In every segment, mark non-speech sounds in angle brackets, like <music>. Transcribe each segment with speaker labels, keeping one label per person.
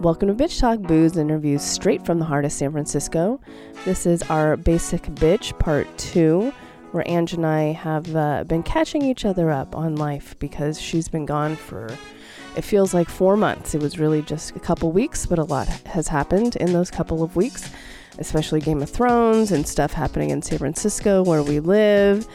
Speaker 1: Welcome to Bitch Talk Booze interviews straight from the heart of San Francisco. This is our Basic Bitch Part 2, where Ange and I have uh, been catching each other up on life because she's been gone for, it feels like four months. It was really just a couple weeks, but a lot has happened in those couple of weeks, especially Game of Thrones and stuff happening in San Francisco where we live.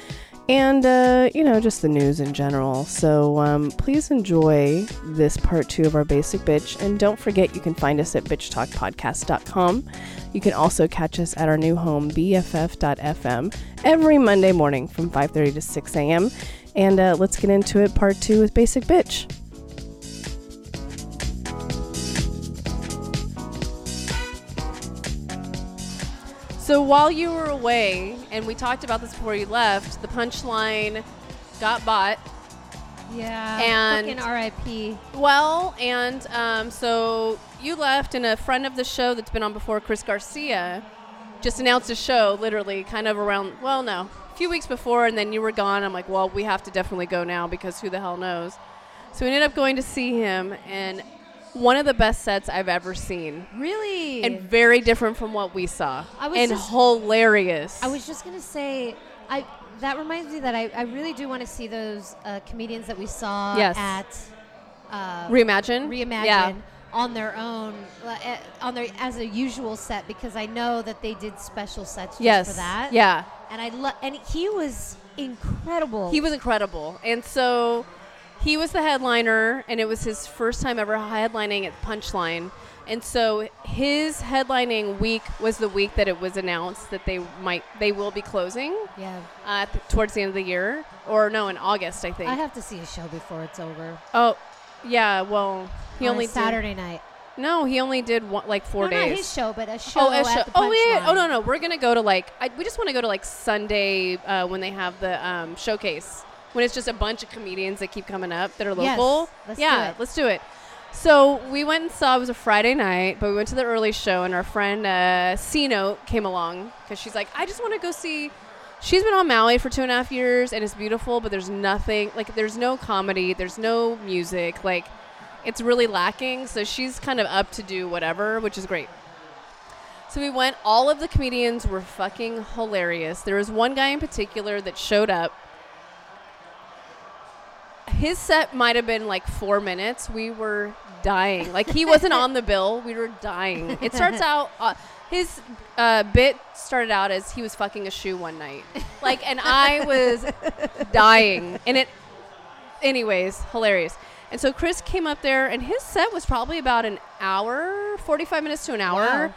Speaker 1: And, uh, you know, just the news in general. So um, please enjoy this part two of our Basic Bitch. And don't forget, you can find us at bitchtalkpodcast.com. You can also catch us at our new home, bff.fm, every Monday morning from 5.30 to 6 a.m. And uh, let's get into it, part two with Basic Bitch.
Speaker 2: So while you were away, and we talked about this before you left, the punchline got bought.
Speaker 3: Yeah.
Speaker 2: And-
Speaker 3: fucking RIP.
Speaker 2: Well, and um, so you left, and a friend of the show that's been on before, Chris Garcia, just announced a show literally kind of around, well, no, a few weeks before, and then you were gone. I'm like, well, we have to definitely go now because who the hell knows. So we ended up going to see him, and one of the best sets I've ever seen.
Speaker 3: Really?
Speaker 2: And very different from what we saw.
Speaker 3: I was
Speaker 2: and
Speaker 3: just-
Speaker 2: hilarious.
Speaker 3: I was just gonna say, I that reminds me that I, I really do want to see those uh, comedians that we saw
Speaker 2: Yes.
Speaker 3: at uh,
Speaker 2: Reimagine?
Speaker 3: Reimagine
Speaker 2: Yeah.
Speaker 3: on their own, like, eh, on their as a usual set because I know that they did special sets just
Speaker 2: yes.
Speaker 3: for that.
Speaker 2: Yeah.
Speaker 3: And I love, and he was incredible.
Speaker 2: He was incredible. And so he was the headliner, and it was his first time ever headlining at Punchline. And so his headlining week was the week that it was announced that they might they will be closing
Speaker 3: yeah.
Speaker 2: uh, at the- towards the end of the year, or no, in August I think.
Speaker 3: I have to see a show before it's over.
Speaker 2: oh, yeah. Well, he
Speaker 3: On a
Speaker 2: only did-
Speaker 3: Saturday night.
Speaker 2: no, he only did one, like four
Speaker 3: no,
Speaker 2: days.
Speaker 3: not his show, but a show.
Speaker 2: Oh, a
Speaker 3: at
Speaker 2: show-
Speaker 3: The
Speaker 2: oh yeah.
Speaker 3: Punchline.
Speaker 2: Oh no, no. We're gonna go to like. I, we just want to go to like Sunday uh, when they have the um, showcase when it's just a bunch of comedians that keep coming up that are
Speaker 3: Yes.
Speaker 2: local.
Speaker 3: Let's
Speaker 2: yeah,
Speaker 3: do it.
Speaker 2: let's do it. So we went and saw. It was a Friday night, but we went to the early show, and our friend uh, C Note came along because she's like, I just want to go see. She's been on Maui for two and a half years, and it's beautiful, but there's nothing like there's no comedy, there's no music, like it's really lacking. So she's kind of up to do whatever, which is great. So we went. All of the comedians were fucking hilarious. There was one guy in particular that showed up. His set might have been like four minutes. We were dying. Like he wasn't on the bill. We were dying. It starts out. Uh, his uh, bit started out as he was fucking a shoe one night. Like, and I was dying. And it anyways, hilarious. And so Chris came up there, and his set was probably about an hour, forty-five minutes to an hour,
Speaker 3: Wow.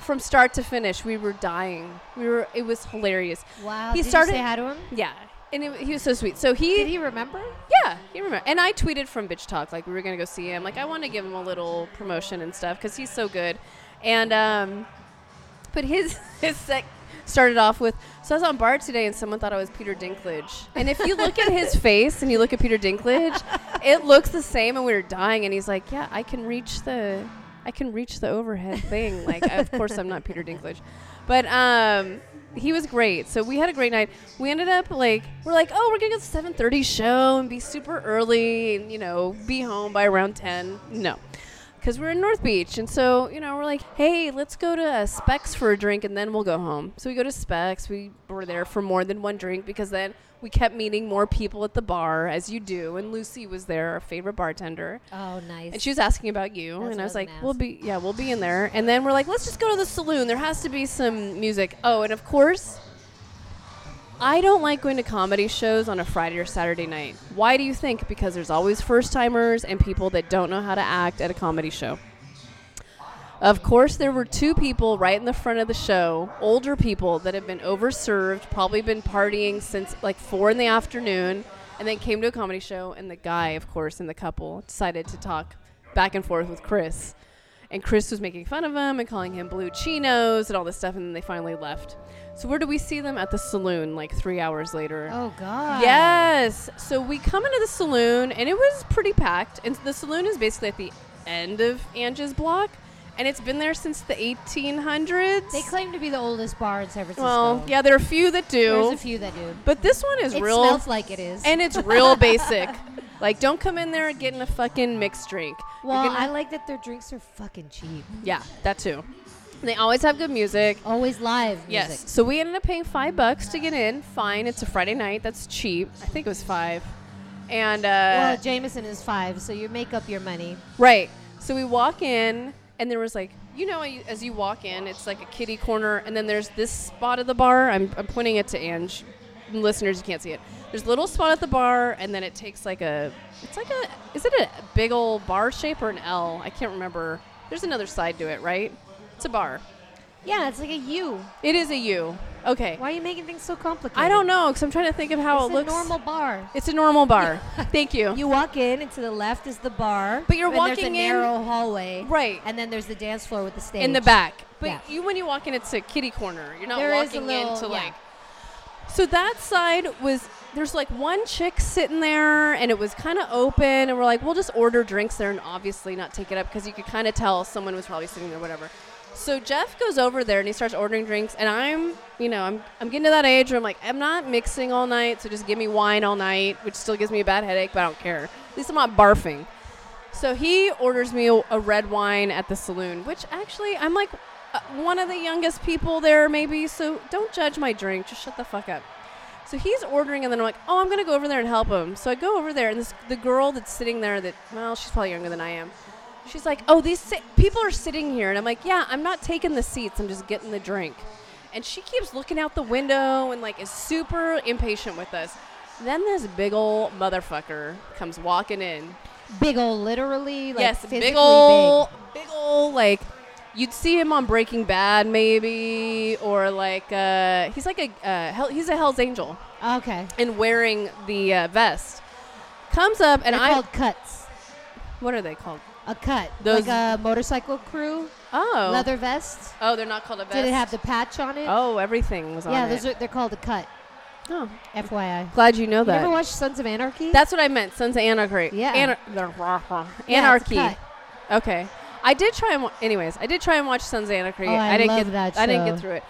Speaker 2: from start to finish. We were dying. We were. It was hilarious.
Speaker 3: Wow.
Speaker 2: He
Speaker 3: did
Speaker 2: started.
Speaker 3: You say hi to him.
Speaker 2: yeah, and it, he was so sweet. So he,
Speaker 3: Did he remember?
Speaker 2: yeah, he remember. And I tweeted from Bitch Talk like we were gonna go see him. Like I want to give him a little promotion and stuff because he's so good. And um, but his <laughs> his set started off with so I was on bar today and someone thought I was Peter Dinklage. And if you look at his face and you look at Peter Dinklage, it looks the same. And we were dying. And he's like, yeah, I can reach the I can reach the overhead thing. Like of course I'm not Peter Dinklage, but um. He was great, so we had a great night. We ended up like we're like, oh, we're gonna go to seven thirty show and be super early, and you know, be home by around ten. No, because we're in North Beach, and so you know we're like, hey, let's go to uh, Specs for a drink, and then we'll go home. So we go to Specs. We were there for more than one drink because then we kept meeting more people at the bar, as you do. And Lucy was there, our favorite bartender,
Speaker 3: Oh, nice.
Speaker 2: and she was asking about you,
Speaker 3: That's
Speaker 2: and
Speaker 3: what
Speaker 2: I
Speaker 3: I
Speaker 2: was
Speaker 3: was
Speaker 2: like,
Speaker 3: gonna
Speaker 2: we'll
Speaker 3: ask.
Speaker 2: be yeah, we'll be in there. And then we're like, let's just go to the saloon. There has to be some music. Oh, and of course. I don't like going to comedy shows on a Friday or Saturday night. Why do you think? Because there's always first timers and people that don't know how to act at a comedy show. Of course, there were two people right in the front of the show, older people that have been overserved, probably been partying since like four in the afternoon, and then came to a comedy show. And the guy, of course, and the couple decided to talk back and forth with Chris. And Chris was making fun of him and calling him blue chinos and all this stuff. And then they finally left. So, where do we see them? At the saloon, like three hours later.
Speaker 3: Oh God.
Speaker 2: Yes. So we come into the saloon and it was pretty packed. And the saloon is basically at the end of Ange's block, and it's been there since the 1800s.
Speaker 3: They claim to be the oldest bar in San Francisco.
Speaker 2: well, yeah, there are a few that do,
Speaker 3: There's a few that do.
Speaker 2: but this one is
Speaker 3: it
Speaker 2: real,
Speaker 3: smells like it is.
Speaker 2: and it's real basic. Like, don't come in there getting a fucking mixed drink. You're
Speaker 3: Well,
Speaker 2: gonna-
Speaker 3: I like that their drinks are fucking cheap.
Speaker 2: yeah, that too. And they always have good music.
Speaker 3: Always live music.
Speaker 2: Yes. So we ended up paying five bucks to get in. Fine. It's a Friday night. That's cheap. I think it was five. And uh,
Speaker 3: Well, Jameson is five, so you make up your money.
Speaker 2: Right. So we walk in, and there was like, you know, as you walk in, it's like a kitty corner, and then there's this spot of the bar. I'm, I'm pointing it to Ange. Listeners, you can't see it. There's a little spot at the bar, and then it takes like a, it's like a, is it a big old bar shape or an L? I can't remember. There's another side to it, right? It's a bar.
Speaker 3: Yeah, it's like a U.
Speaker 2: It is a U. Okay.
Speaker 3: Why are you making things so complicated?
Speaker 2: I don't know, because I'm trying to think of how
Speaker 3: it's
Speaker 2: it looks.
Speaker 3: a normal bar.
Speaker 2: It's a normal
Speaker 3: <laughs>
Speaker 2: bar. Thank
Speaker 3: You walk in, and to the left is the bar.
Speaker 2: But you're
Speaker 3: and there's
Speaker 2: walking
Speaker 3: a
Speaker 2: in-
Speaker 3: narrow hallway,
Speaker 2: Right.
Speaker 3: And then there's the dance floor with the stage
Speaker 2: in the back. But
Speaker 3: Yeah.
Speaker 2: you, when you walk in, it's a kitty corner. You're not
Speaker 3: There is a
Speaker 2: walking
Speaker 3: little-
Speaker 2: into
Speaker 3: yeah.
Speaker 2: like. So that side was there's like one chick sitting there, and it was kind of open, and we're like, we'll just order drinks there, and obviously not take it up because you could kind of tell someone was probably sitting there, whatever. So Jeff goes over there and he starts ordering drinks, and I'm, you know, I'm, I'm getting to that age where I'm like, I'm not mixing all night, so just give me wine all night, which still gives me a bad headache, but I don't care. At least I'm not barfing. So he orders me a, a red wine at the saloon, which actually I'm like uh, one of the youngest people there, maybe. So don't judge my drink. Just shut the fuck up. So he's ordering, and then I'm like, oh, I'm gonna go over there and help him. So I go over there, and this the girl that's sitting there that well, she's probably younger than I am. She's like, oh, these si- people are sitting here, and I'm like, yeah, I'm not taking the seats. I'm just getting the drink. And she keeps looking out the window and like is super impatient with us. Then this big ool motherfucker comes walking in
Speaker 3: Big old, literally, like
Speaker 2: yes,
Speaker 3: physically
Speaker 2: big ol' big. ol' like you'd see him on Breaking Bad maybe, or like uh, he's like a uh, hell, he's a Hell's Angel
Speaker 3: big. Okay,
Speaker 2: and wearing the uh, vest. Comes up and
Speaker 3: They're
Speaker 2: I
Speaker 3: called cuts.
Speaker 2: what are they called?
Speaker 3: A cut,
Speaker 2: Those-
Speaker 3: like a motorcycle crew
Speaker 2: Oh,
Speaker 3: leather vest.
Speaker 2: Oh, they're not called a vest.
Speaker 3: Did it have the patch on it?
Speaker 2: Oh, everything was on
Speaker 3: yeah,
Speaker 2: it.
Speaker 3: those are they're called a cut.
Speaker 2: oh,
Speaker 3: FYI.
Speaker 2: glad you know
Speaker 3: You
Speaker 2: that.
Speaker 3: never watched Sons of Anarchy?
Speaker 2: That's what I meant. Sons of Anarchy.
Speaker 3: Yeah.
Speaker 2: <laughs> Anar-
Speaker 3: Yeah, it's a
Speaker 2: Anarchy.
Speaker 3: cut.
Speaker 2: Okay. I did try and wa- anyways, I did try and watch Sons of Anarchy.
Speaker 3: Oh, I
Speaker 2: didn't
Speaker 3: love
Speaker 2: get
Speaker 3: that
Speaker 2: I didn't get
Speaker 3: show.
Speaker 2: through it.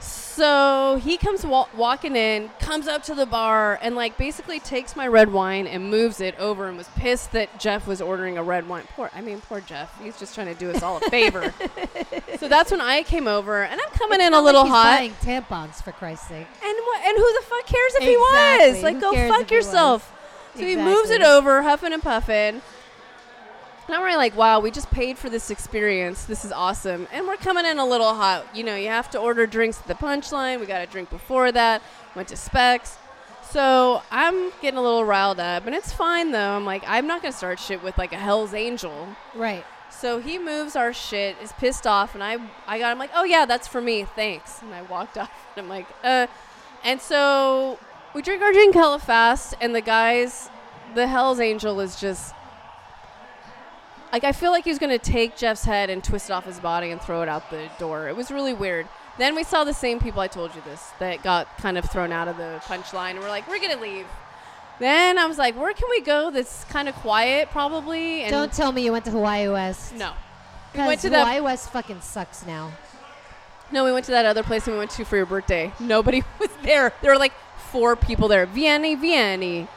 Speaker 2: So he comes wa- walking in, comes up to the bar, and like basically takes my red wine and moves it over, and was pissed that Jeff was ordering a red wine. Poor, I mean, poor Jeff. He's just trying to do us all a favor.
Speaker 3: <laughs>
Speaker 2: so that's when I came over, and I'm coming in
Speaker 3: Not
Speaker 2: a
Speaker 3: like
Speaker 2: little
Speaker 3: he's
Speaker 2: hot.
Speaker 3: Buying tampons for Christ's sake.
Speaker 2: And what? And who the fuck cares if he was?
Speaker 3: Exactly.
Speaker 2: Like,
Speaker 3: Who
Speaker 2: go
Speaker 3: cares
Speaker 2: fuck
Speaker 3: if he was?
Speaker 2: yourself. So he moves it
Speaker 3: Exactly.
Speaker 2: over, huffing and puffing. And I'm really like, wow, we just paid for this experience. This is awesome. And we're coming in a little hot. You know, you have to order drinks at the punchline. We got a drink before that. Went to Specs. So I'm getting a little riled up. And it's fine, though. I'm like, I'm not going to start shit with like a Hell's Angel.
Speaker 3: Right.
Speaker 2: So he moves our shit, is pissed off, and I I got him like, oh yeah, that's for me, thanks. And I walked <laughs> off, and I'm like, uh. And so we drink our drink hella fast, and the guys, the Hell's Angel is just like I feel like he's gonna take Jeff's head and twist it off his body and throw it out the door. It was really weird. Then we saw the same people I told you this that got kind of thrown out of the punchline, and we're like, we're gonna leave. Then I was like, where can we go that's kind of quiet, probably? And
Speaker 3: Don't tell me you went to Hawaii West.
Speaker 2: no. We
Speaker 3: Because
Speaker 2: went to that
Speaker 3: Hawaii West fucking sucks now.
Speaker 2: No, we went to that other place and we went to for your birthday. Nobody <laughs> was there. There were like four people there. Vianney, Vianney,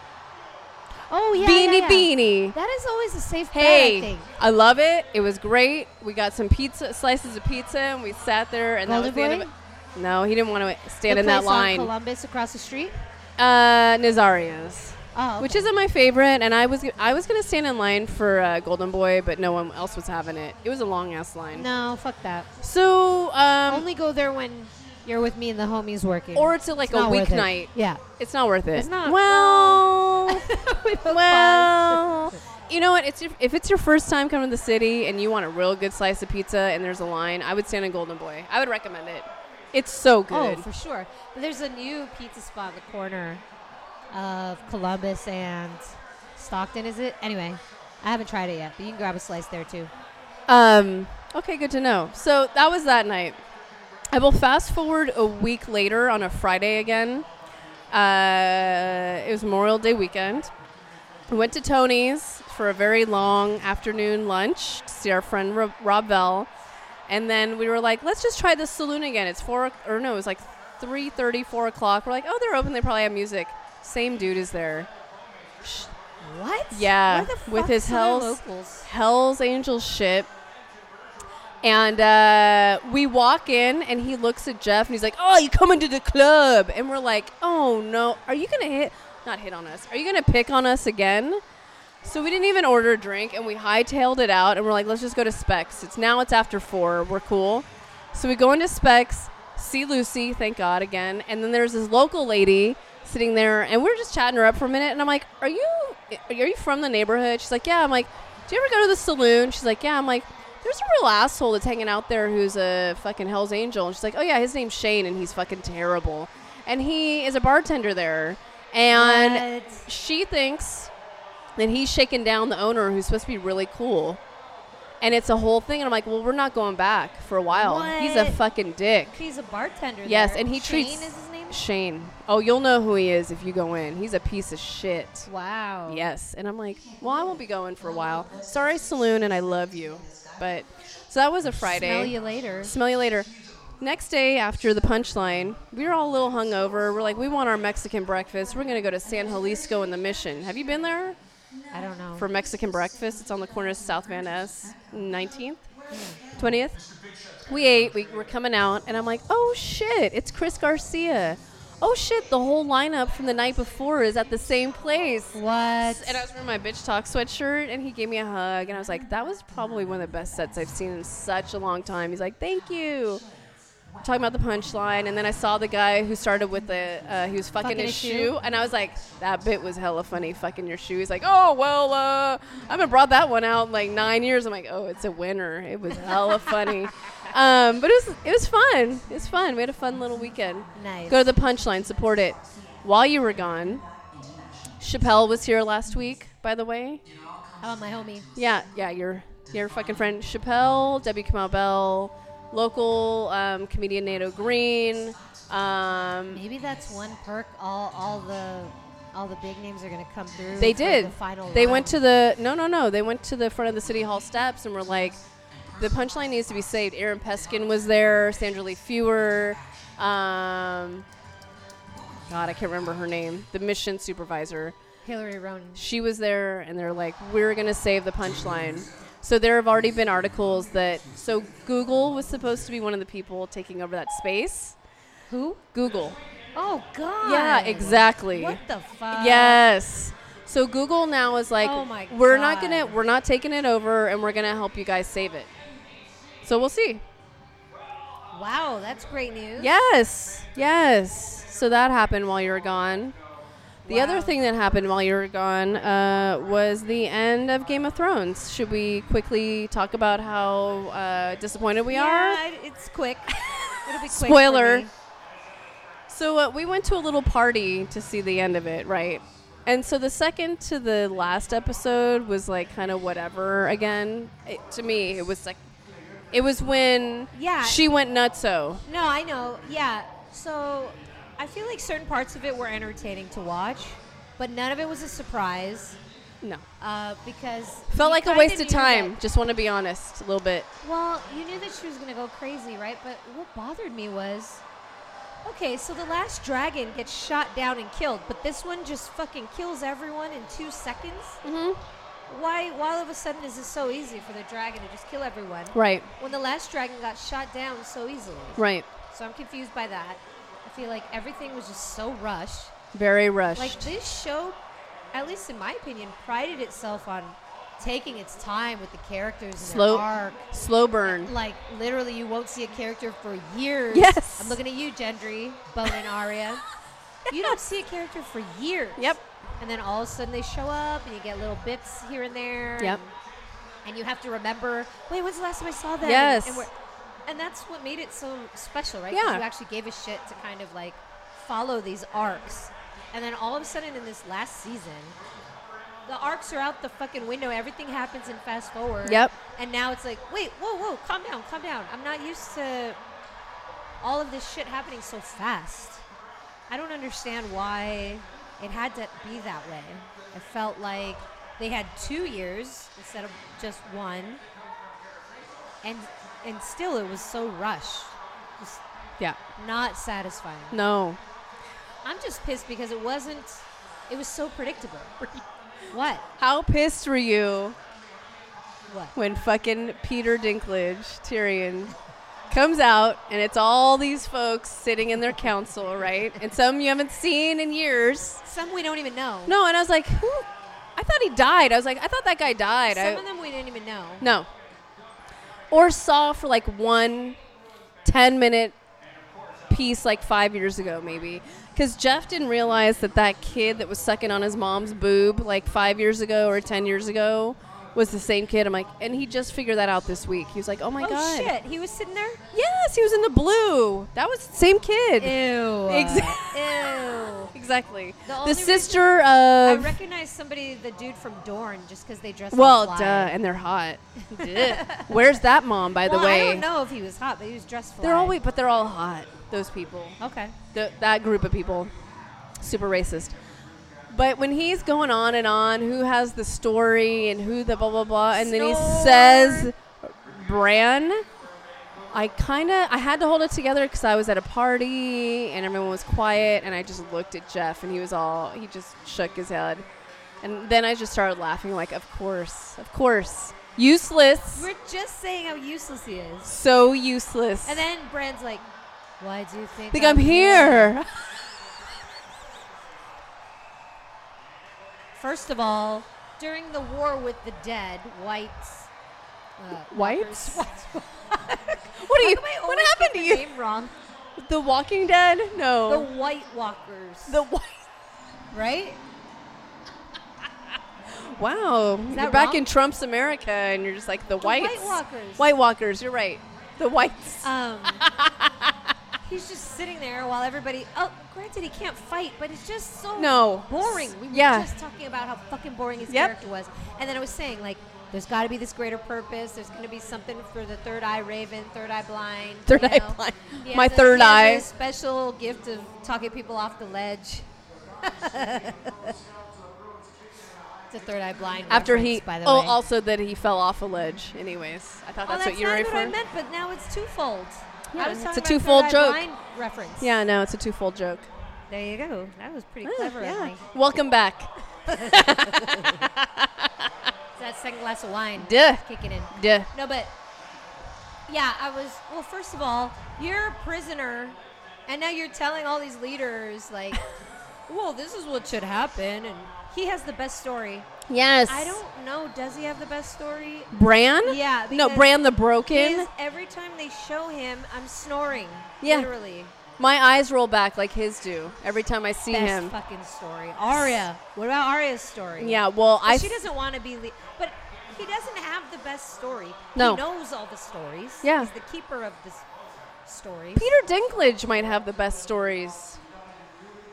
Speaker 3: Oh yeah. yeah,
Speaker 2: Beanie,
Speaker 3: yeah.
Speaker 2: Beanie.
Speaker 3: That is always a safe bet, I
Speaker 2: Hey,
Speaker 3: think.
Speaker 2: I love it. It was great. We got some pizza, slices of pizza, and we sat there. And
Speaker 3: Golden
Speaker 2: that was the end
Speaker 3: Boy?
Speaker 2: of it. No, he didn't want to stand
Speaker 3: The
Speaker 2: in that
Speaker 3: place
Speaker 2: line.
Speaker 3: On Columbus across the street.
Speaker 2: uh, Nazario's,
Speaker 3: Oh, okay.
Speaker 2: which isn't my favorite. And I was I was gonna stand in line for uh, Golden Boy, but no one else was having it. It was a long ass line.
Speaker 3: no, fuck that.
Speaker 2: So um,
Speaker 3: Only go there when you're with me and the homies working.
Speaker 2: or it's a, like
Speaker 3: It's
Speaker 2: a
Speaker 3: not worth it.
Speaker 2: weeknight.
Speaker 3: Yeah. <laughs>
Speaker 2: It's not worth it.
Speaker 3: It's not.
Speaker 2: Well,
Speaker 3: We both
Speaker 2: <laughs> well, you know what? It's your, if it's your first time coming to the city and you want a real good slice of pizza and there's a line, I would stand in Golden Boy. I would recommend it. It's so
Speaker 3: Oh,
Speaker 2: good.
Speaker 3: for sure. There's a new pizza spot in the corner of Columbus and Stockton, is it? Anyway, I haven't tried it yet, but you can grab a slice there too.
Speaker 2: um, okay, good to know. So that was that night. I will fast forward a week later on a Friday again. Uh, it was Memorial Day weekend. We went to Tony's for a very long afternoon lunch to see our friend Ro- Rob Bell, and then we were like, let's just try this saloon again. It's four o- or no, it was like three thirty, four o'clock. We're like, oh, they're open. They probably have music. Same dude is there. Sh-
Speaker 3: What?
Speaker 2: Yeah,
Speaker 3: Where the
Speaker 2: with
Speaker 3: fuck
Speaker 2: his
Speaker 3: Southern
Speaker 2: health-
Speaker 3: locals.
Speaker 2: Hell's Angels ship. And uh, we walk in, and he looks at Jeff, and he's like, "Oh, you coming to the club?" And we're like, "Oh no, are you gonna hit? Not hit on us? Are you gonna pick on us again?" So we didn't even order a drink, and we hightailed it out, and we're like, "Let's just go to Specs." It's now it's after four. We're cool. So we go into Specs, see Lucy, thank God again, and then there's this local lady sitting there, and we're just chatting her up for a minute, and I'm like, "Are you are you from the neighborhood?" She's like, "Yeah." I'm like, "Do you ever go to the saloon?" She's like, "Yeah." I'm like, "There's a real asshole that's hanging out there who's a fucking Hell's Angel," and she's like, "Oh yeah, his name's Shane, and he's fucking terrible, and he is a bartender there." And
Speaker 3: What?
Speaker 2: she thinks that he's shaking down the owner who's supposed to be really cool. And it's a whole thing. And I'm like, well, we're not going back for a while. He's a
Speaker 3: What?
Speaker 2: fucking dick.
Speaker 3: He's a bartender.
Speaker 2: Yes,
Speaker 3: there.
Speaker 2: and he
Speaker 3: Shane
Speaker 2: treats-
Speaker 3: is his name.
Speaker 2: Shane. Oh, you'll know who he is if you go in. He's a piece of shit.
Speaker 3: Wow.
Speaker 2: Yes. And I'm like, well, I won't be going for a while. Sorry, Saloon, and I love you. But so that was a Friday.
Speaker 3: Smell you later.
Speaker 2: Smell you later. Next day after the punchline, we were all a little hungover. We're like, we want our Mexican breakfast. We're going to go to San Jalisco in the Mission. Have you been there?
Speaker 3: I don't know.
Speaker 2: for Mexican breakfast. It's on the corner of South Van Ness, 19th, 20th. We ate, we were coming out, and I'm like, oh shit, it's Chris Garcia. Oh shit, the whole lineup from the night before is at the same place.
Speaker 3: what?
Speaker 2: And I was wearing my bitch talk sweatshirt, and he gave me a hug, and I was like, "That was probably one of the best sets I've seen in such a long time." He's like, "Thank you." Talking about the punchline, and then I saw the guy who started with the uh, he was fucking,
Speaker 3: Fucking
Speaker 2: his
Speaker 3: his
Speaker 2: shoe.
Speaker 3: shoe?
Speaker 2: and I was like, "That bit was hella funny, fucking your shoe." He's like, "Oh well, uh, I haven't brought that one out in like nine years." I'm like, "Oh, it's a winner. It was hella funny."
Speaker 3: <laughs>
Speaker 2: Um, but it was it was fun. It was fun. We had a fun little weekend.
Speaker 3: nice.
Speaker 2: Go to the punchline, support it. While you were gone, Chappelle was here last week, by the way.
Speaker 3: How about my homie?
Speaker 2: Yeah, yeah, your your fucking friend Chappelle, Debbie Kamau Bell, local um, comedian Nato Green. Um,
Speaker 3: Maybe that's one perk. All all the all the big names are gonna come through.
Speaker 2: they
Speaker 3: for
Speaker 2: did.
Speaker 3: The final.
Speaker 2: They went to the no, no, no. They went to the front of the city hall steps and were like, the punchline needs to be saved. Aaron Peskin was there. Sandra Lee Fewer. Um, God, I can't remember her name. The mission supervisor.
Speaker 3: Hillary Ronan.
Speaker 2: she was there and they're like we're going to save the punchline so there have already been articles that so google was supposed to be one of the people taking over that space
Speaker 3: Who?
Speaker 2: google
Speaker 3: Oh God.
Speaker 2: yeah exactly
Speaker 3: What the fuck?
Speaker 2: yes so google now is like
Speaker 3: Oh my
Speaker 2: we're not
Speaker 3: God.
Speaker 2: going to we're not taking it over and we're going to help you guys save it so we'll see
Speaker 3: Wow, that's great news.
Speaker 2: Yes, yes. So that happened while you were gone. The other
Speaker 3: Wow.
Speaker 2: thing that happened while you were gone uh, was the end of Game of Thrones. Should we quickly talk about how uh, disappointed we are?
Speaker 3: Yeah, it- it's
Speaker 2: <laughs>
Speaker 3: quick. It'll be quick. for
Speaker 2: Spoiler.
Speaker 3: me.
Speaker 2: So uh, we went to a little party to see the end of it, right? And so the second to the last episode was like kind of whatever again. It, to me, it was like it was when
Speaker 3: Yeah.
Speaker 2: she went nutso.
Speaker 3: No, I know. Yeah. So I feel like certain parts of it were entertaining to watch, but none of it was a surprise
Speaker 2: No,
Speaker 3: uh, because
Speaker 2: felt
Speaker 3: you
Speaker 2: like a
Speaker 3: kinda
Speaker 2: waste of
Speaker 3: knew
Speaker 2: time.
Speaker 3: that-
Speaker 2: Just want to be honest, a little bit.
Speaker 3: well, you knew that she was gonna go crazy, right? But what bothered me was. Okay, so the last dragon gets shot down and killed, but this one just fucking kills everyone in two seconds. Why? Why all of a sudden is it so easy for the dragon to just kill everyone?
Speaker 2: Right,
Speaker 3: When the last dragon got shot down so easily.
Speaker 2: right.
Speaker 3: So I'm confused by that. I feel like everything was just so rushed.
Speaker 2: Very rushed.
Speaker 3: Like this show, at least in my opinion, prided itself on taking its time with the characters and
Speaker 2: Slow-
Speaker 3: their arc.
Speaker 2: Slow burn.
Speaker 3: Like literally, you won't see a character for years.
Speaker 2: Yes.
Speaker 3: I'm looking at you, Gendry, Bone and Arya. <laughs> You don't see a character for years.
Speaker 2: Yep.
Speaker 3: And then all of a sudden they show up, and you get little bits here and there.
Speaker 2: Yep.
Speaker 3: And, and you have to remember. Wait, when's the last time I saw that? And-
Speaker 2: Yes.
Speaker 3: And, we're- and that's what made it so special, right? 'Cause
Speaker 2: Yeah.
Speaker 3: You actually gave a shit to kind of like follow these arcs, and then all of a sudden in this last season, the arcs are out the fucking window. Everything happens in fast forward.
Speaker 2: Yep.
Speaker 3: And now it's like, wait, whoa, whoa, calm down, calm down. I'm not used to all of this shit happening so fast. I don't understand why it had to be that way. It felt like they had two years instead of just one, and and still it was so rushed, just <laughs>
Speaker 2: Yeah.
Speaker 3: not satisfying.
Speaker 2: No.
Speaker 3: I'm just pissed because it wasn't. It was so predictable. What?
Speaker 2: How pissed were you
Speaker 3: What?
Speaker 2: when fucking Peter Dinklage, Tyrion, comes out and it's all these folks sitting in their council, right? And some you haven't seen in years.
Speaker 3: Some we don't even know.
Speaker 2: No, and I was like, who? I thought he died. I was like, I thought that guy died.
Speaker 3: Some
Speaker 2: I,
Speaker 3: of them we didn't even know.
Speaker 2: No. Or saw for like one 10 minute piece like five years ago, maybe. Because Jeff didn't realize that that kid that was sucking on his mom's boob like five years ago or 10 years ago was the same kid. I'm like, and he just figured that out this week. He was like, oh my
Speaker 3: oh
Speaker 2: God.
Speaker 3: shit! He was sitting there.
Speaker 2: Yes, he was in the blue. That was the same kid.
Speaker 3: Ew.
Speaker 2: <laughs> Exactly.
Speaker 3: Ew.
Speaker 2: Exactly.
Speaker 3: The
Speaker 2: The,
Speaker 3: only
Speaker 2: sister
Speaker 3: I
Speaker 2: of.
Speaker 3: recognize somebody, the dude from Dorn, just because they dress.
Speaker 2: well,
Speaker 3: like
Speaker 2: duh, and they're
Speaker 3: <laughs>
Speaker 2: hot. Duh. Where's that mom, by the
Speaker 3: well,
Speaker 2: way?
Speaker 3: I don't know if he was hot, but he was dressed. Fly.
Speaker 2: They're all wait, but they're all hot. Those people,
Speaker 3: Okay.
Speaker 2: Th that group of people, super racist. But when he's going on and on, who has the story and who the blah blah blah, and then he
Speaker 3: Snore.
Speaker 2: says, "Bran." I kind of I had to hold it together because I was at a party and everyone was quiet, and I just looked at Jeff and he was all he just shook his head, and then I just started laughing like, "Of course, of course, useless,
Speaker 3: We're just saying how useless he is,
Speaker 2: so useless."
Speaker 3: and then Brand's like, "Why do you think?
Speaker 2: think I'm
Speaker 3: <laughs>
Speaker 2: here.
Speaker 3: First of all, during the war with the dead, whites. Uh,
Speaker 2: Whites?
Speaker 3: <laughs> walkers-
Speaker 2: What are
Speaker 3: How
Speaker 2: you?
Speaker 3: come I
Speaker 2: What
Speaker 3: always get
Speaker 2: happened to
Speaker 3: the
Speaker 2: you?
Speaker 3: Name wrong.
Speaker 2: The Walking Dead?
Speaker 3: The
Speaker 2: No.
Speaker 3: White Walkers.
Speaker 2: The, Wa-
Speaker 3: right?
Speaker 2: wow. You're
Speaker 3: that
Speaker 2: back
Speaker 3: wrong?
Speaker 2: in Trump's America, and you're just like the,
Speaker 3: White
Speaker 2: whites.
Speaker 3: Walkers.
Speaker 2: White Walkers. You're right. The whites.
Speaker 3: Um, <laughs> he's just sitting there while everybody. Oh, granted, he can't fight, but it's just so
Speaker 2: No.
Speaker 3: boring. We were
Speaker 2: Yeah.
Speaker 3: just talking about how fucking boring his
Speaker 2: Yep.
Speaker 3: character was, and then I was saying like, there's got to be this greater purpose. There's going to be something for the third eye raven, third eye blind.
Speaker 2: Third
Speaker 3: you
Speaker 2: eye
Speaker 3: know?
Speaker 2: blind.
Speaker 3: He
Speaker 2: My
Speaker 3: has a-
Speaker 2: third
Speaker 3: he has
Speaker 2: eye.
Speaker 3: a special gift of talking people off the ledge. <laughs> it's a third eye blind.
Speaker 2: After
Speaker 3: reference,
Speaker 2: he.
Speaker 3: by the
Speaker 2: oh,
Speaker 3: way.
Speaker 2: also that he fell off a ledge. Anyways, I thought
Speaker 3: Oh,
Speaker 2: that's, what you were
Speaker 3: not what I
Speaker 2: referring.
Speaker 3: meant, but now it's twofold.
Speaker 2: Yeah,
Speaker 3: I
Speaker 2: it's
Speaker 3: was talking
Speaker 2: a
Speaker 3: about
Speaker 2: twofold
Speaker 3: Third Eye
Speaker 2: joke.
Speaker 3: Blind reference.
Speaker 2: Yeah, no, it's a twofold joke.
Speaker 3: There you go. That was pretty
Speaker 2: Ah,
Speaker 3: clever
Speaker 2: yeah.
Speaker 3: of me.
Speaker 2: Welcome back.
Speaker 3: It's that second glass of wine
Speaker 2: Duh.
Speaker 3: kicking in.
Speaker 2: Duh.
Speaker 3: No, but yeah, I was. Well, first of all, you're a prisoner, and now you're telling all these
Speaker 2: <laughs>
Speaker 3: leaders like, "Well, this is what should happen." And he has the best story.
Speaker 2: Yes.
Speaker 3: I don't know. Does he have the best story?
Speaker 2: Bran?
Speaker 3: Yeah,
Speaker 2: No,
Speaker 3: because
Speaker 2: Bran the
Speaker 3: His-
Speaker 2: Broken.
Speaker 3: every time they show him, I'm snoring.
Speaker 2: Yeah.
Speaker 3: Literally.
Speaker 2: My eyes roll back like his do every time I see
Speaker 3: Best
Speaker 2: him.
Speaker 3: fucking story. Arya. What about Arya's story?
Speaker 2: Yeah, well, I.
Speaker 3: But she doesn't want to be, le- but he doesn't have the best story.
Speaker 2: No.
Speaker 3: he knows all the stories.
Speaker 2: Yeah.
Speaker 3: he's the keeper of the s- stories.
Speaker 2: Peter Dinklage might have the best stories.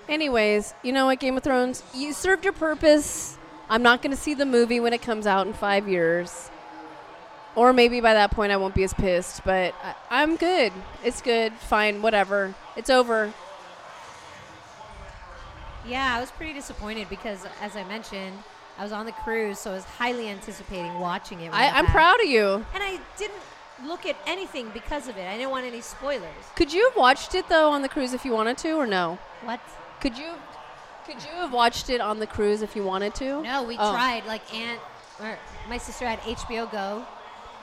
Speaker 2: Anyways, you know what, Game of Thrones? You served your purpose. I'm not going to see the movie when it comes out in five years. Or maybe by that point I won't be as pissed, but I, I'm good. It's good. Fine. Whatever. It's over.
Speaker 3: Yeah, I was pretty disappointed because, as I mentioned, I was on the cruise, so I was highly anticipating watching it. when
Speaker 2: I,
Speaker 3: got
Speaker 2: I'm
Speaker 3: back.
Speaker 2: proud of you.
Speaker 3: and I didn't look at anything because of it. I didn't want any spoilers.
Speaker 2: Could you have watched it, though, on the cruise if you wanted to, or no?
Speaker 3: What?
Speaker 2: Could you. Could you have watched it on the cruise if you wanted to?
Speaker 3: No, we
Speaker 2: Oh.
Speaker 3: tried. Like Aunt, or my sister had HBO Go,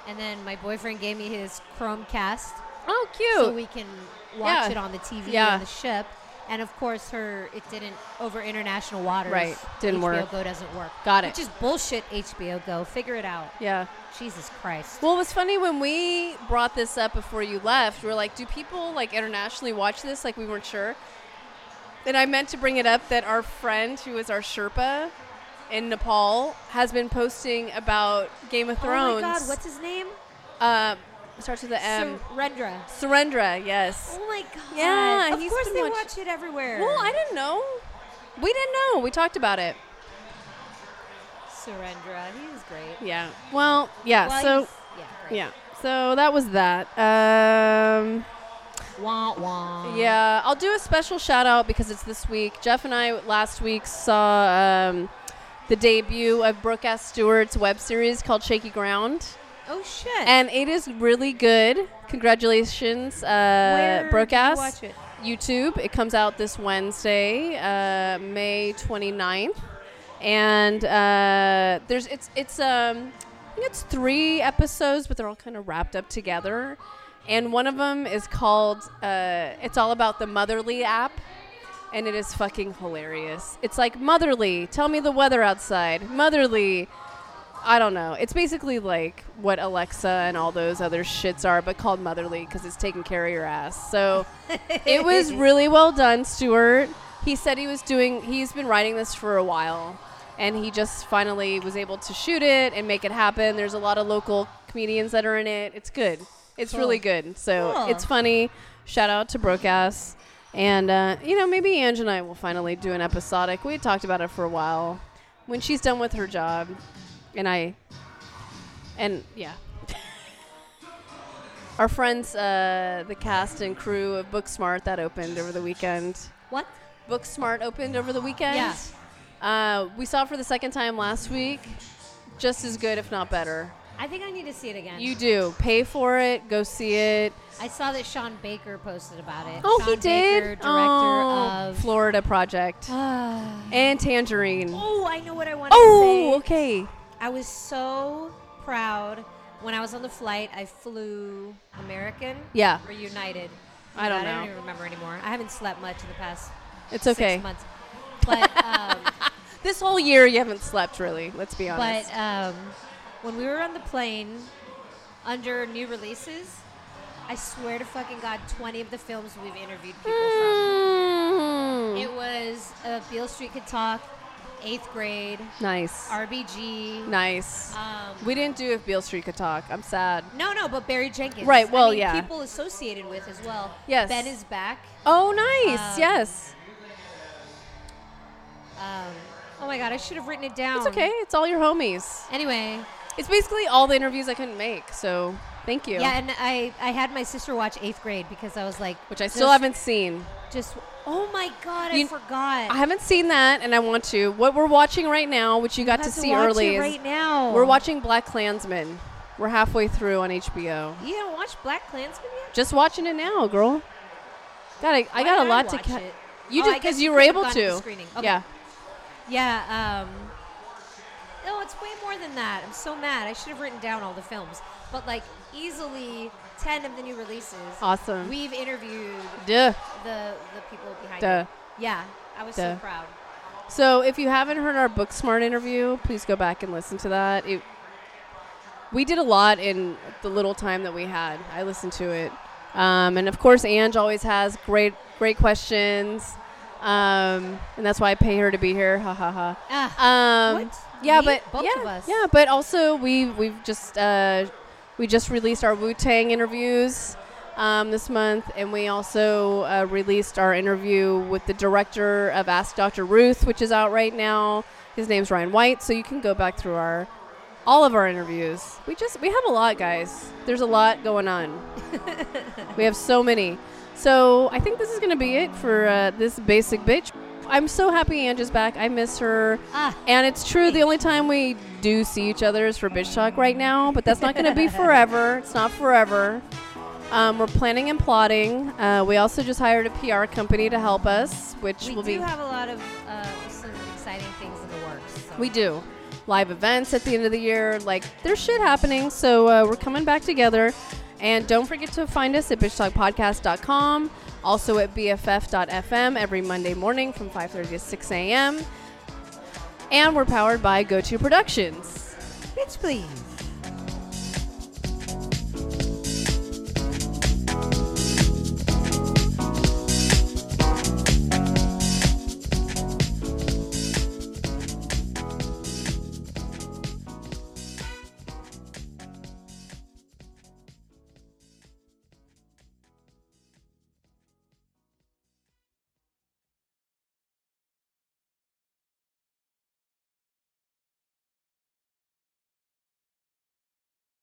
Speaker 3: and then my boyfriend gave me his Chromecast.
Speaker 2: Oh, cute.
Speaker 3: so we can watch
Speaker 2: Yeah.
Speaker 3: it on the TV
Speaker 2: Yeah.
Speaker 3: on the ship. And of course, her it didn't over international waters.
Speaker 2: Right. Didn't
Speaker 3: HBO
Speaker 2: work.
Speaker 3: Go doesn't work.
Speaker 2: Got it.
Speaker 3: Which is bullshit. HBO Go, figure it out.
Speaker 2: yeah.
Speaker 3: Jesus Christ.
Speaker 2: Well, it was funny when we brought this up before you left. We were like, do people like internationally watch this? Like, we weren't sure. And I meant to bring it up that our friend, who is our Sherpa in Nepal, has been posting about Game of
Speaker 3: Oh my
Speaker 2: Thrones.
Speaker 3: God, what's his name?
Speaker 2: um, starts with the M.
Speaker 3: Surendra.
Speaker 2: Surendra, yes.
Speaker 3: Oh my God.
Speaker 2: Yeah,
Speaker 3: of
Speaker 2: he's
Speaker 3: course
Speaker 2: been
Speaker 3: they
Speaker 2: watch-
Speaker 3: watch it everywhere.
Speaker 2: Well, I didn't know. We didn't know. We talked about it.
Speaker 3: Surendra, he was great.
Speaker 2: Yeah. Well, yeah.
Speaker 3: Well,
Speaker 2: so,
Speaker 3: he's- yeah, great.
Speaker 2: yeah. So that was that. Um,
Speaker 3: Wah wah.
Speaker 2: Yeah, I'll do a special shout out because it's this week. Jeff and I last week saw um, the debut of Brooke S. Stewart's web series called Shaky Ground,
Speaker 3: Oh shit.
Speaker 2: and it is really good. Congratulations, uh,
Speaker 3: Where
Speaker 2: Brooke
Speaker 3: did you
Speaker 2: S.
Speaker 3: watch it?
Speaker 2: YouTube. It comes out this Wednesday, uh, May 29th. and uh, there's it's it's um I think it's three episodes, but they're all kind of wrapped up together. And one of them is called uh, "It's All About the Motherly App," and it is fucking hilarious. It's like motherly. Tell me the weather outside. Motherly. I don't know. It's basically like what Alexa and all those other shits are, but called motherly because it's taking care of your ass. So it was really well done, Stuart. He said he was doing, he's been writing this for a while, and he just finally was able to shoot it and make it happen. There's a lot of local comedians that are in it. It's good. It's really good. So
Speaker 3: Cool.
Speaker 2: it's funny. Shout out to Brokass. And, uh, you know, maybe Ange and I will finally do an episodic. We had talked about it for a while. When she's done with her job, and I, and yeah. Our friends, uh, the cast and crew of Booksmart that opened over the weekend.
Speaker 3: What?
Speaker 2: Booksmart opened over the weekend.
Speaker 3: Yeah.
Speaker 2: Uh, we saw it for the second time last week. Just as good, if not better.
Speaker 3: I think I need to see it again.
Speaker 2: You do. Pay for it. Go see it.
Speaker 3: I saw that Sean Baker posted about it.
Speaker 2: Oh,
Speaker 3: Sean
Speaker 2: he did.
Speaker 3: Baker, director
Speaker 2: oh,
Speaker 3: of. <sighs>
Speaker 2: Florida Project and Tangerine.
Speaker 3: oh, I know what I want
Speaker 2: Oh,
Speaker 3: to say.
Speaker 2: okay.
Speaker 3: I was so proud when I was on the flight. I flew American
Speaker 2: Yeah.
Speaker 3: or United.
Speaker 2: I don't
Speaker 3: I don't
Speaker 2: know.
Speaker 3: even remember anymore. I haven't slept much in the past
Speaker 2: It's okay.
Speaker 3: six months.
Speaker 2: <laughs>
Speaker 3: But um,
Speaker 2: This whole year, you haven't slept really. Let's be honest.
Speaker 3: but um, when we were on the plane under new releases, I swear to fucking god, twenty of the films we've interviewed people from.
Speaker 2: Mm.
Speaker 3: It was uh, Beale Street Could Talk, Eighth Grade,
Speaker 2: nice.
Speaker 3: RBG.
Speaker 2: nice.
Speaker 3: Um,
Speaker 2: we didn't do if Beale Street could talk. I'm sad.
Speaker 3: No, no, but Barry Jenkins.
Speaker 2: Right, well,
Speaker 3: I mean,
Speaker 2: yeah.
Speaker 3: People associated with as well.
Speaker 2: Yes.
Speaker 3: Ben is back.
Speaker 2: Oh, nice.
Speaker 3: Um,
Speaker 2: yes.
Speaker 3: Um, oh my God, I should have written it down.
Speaker 2: It's okay. It's all your homies.
Speaker 3: Anyway,
Speaker 2: It's basically all the interviews I couldn't make. So thank you.
Speaker 3: yeah, and I, I had my sister watch eighth grade because I was like,
Speaker 2: Which I still
Speaker 3: just-
Speaker 2: haven't seen.
Speaker 3: Just oh my God,
Speaker 2: You-
Speaker 3: I forgot.
Speaker 2: I haven't seen that, and I want to. What we're watching right now, which you got
Speaker 3: have
Speaker 2: to see
Speaker 3: watch
Speaker 2: early,
Speaker 3: it
Speaker 2: is
Speaker 3: right now.
Speaker 2: we're watching Black Klansman. We're halfway through on HBO.
Speaker 3: You haven't watched Black Klansman yet?
Speaker 2: Just watching it now, girl. Got I, I got
Speaker 3: Why did
Speaker 2: a
Speaker 3: I
Speaker 2: lot to
Speaker 3: watch
Speaker 2: catch.
Speaker 3: it?
Speaker 2: You
Speaker 3: Oh, I
Speaker 2: just
Speaker 3: guess
Speaker 2: because you
Speaker 3: you
Speaker 2: were
Speaker 3: could've
Speaker 2: able
Speaker 3: gone
Speaker 2: to.
Speaker 3: to the screening. Okay.
Speaker 2: Yeah.
Speaker 3: Yeah. Um, no, it's way more than that. I'm so mad. I should have written down all the films, but like easily ten of the new releases.
Speaker 2: Awesome.
Speaker 3: We've interviewed
Speaker 2: Duh.
Speaker 3: the the people behind
Speaker 2: Duh.
Speaker 3: it. Yeah, I was
Speaker 2: Duh.
Speaker 3: so proud.
Speaker 2: So if you haven't heard our Booksmart interview, please go back and listen to that. It, we did a lot in the little time that we had. I listened to it, um, and of course, Ange always has great, great questions, um, and that's why I pay her to be here. Ha ha ha.
Speaker 3: Ah,
Speaker 2: Um,
Speaker 3: What?
Speaker 2: Yeah,
Speaker 3: Me?
Speaker 2: but
Speaker 3: Both
Speaker 2: yeah,
Speaker 3: of us.
Speaker 2: yeah, but also we we've just uh, we just released our Wu Tang interviews um, this month, and we also uh, released our interview with the director of Ask Dr. Ruth, which is out right now. His name's Ryan White, so you can go back through our all of our interviews. We just we have a lot, guys. There's a lot going
Speaker 3: <laughs>
Speaker 2: on. we have so many. So I think this is gonna be it for uh, this basic bitch. I'm so happy Ange is back. I miss her.
Speaker 3: ah,
Speaker 2: And it's true, the only time we do see each other is for bitch talk right now, but that's not going to
Speaker 3: <laughs>
Speaker 2: be forever. It's not forever. Um, we're planning and plotting. Uh, we also just hired a PR company to help us, which
Speaker 3: we
Speaker 2: will
Speaker 3: do
Speaker 2: be.
Speaker 3: have a lot of uh, some exciting things in the works. So.
Speaker 2: we do. Live events at the end of the year. Like, there's shit happening, so uh, we're coming back together. And don't forget to find us at bitchtalkpodcast.com, also at bff.fm every Monday morning from 5.30 to 6 a.m. And we're powered by GoTo Productions.
Speaker 3: bitch, please.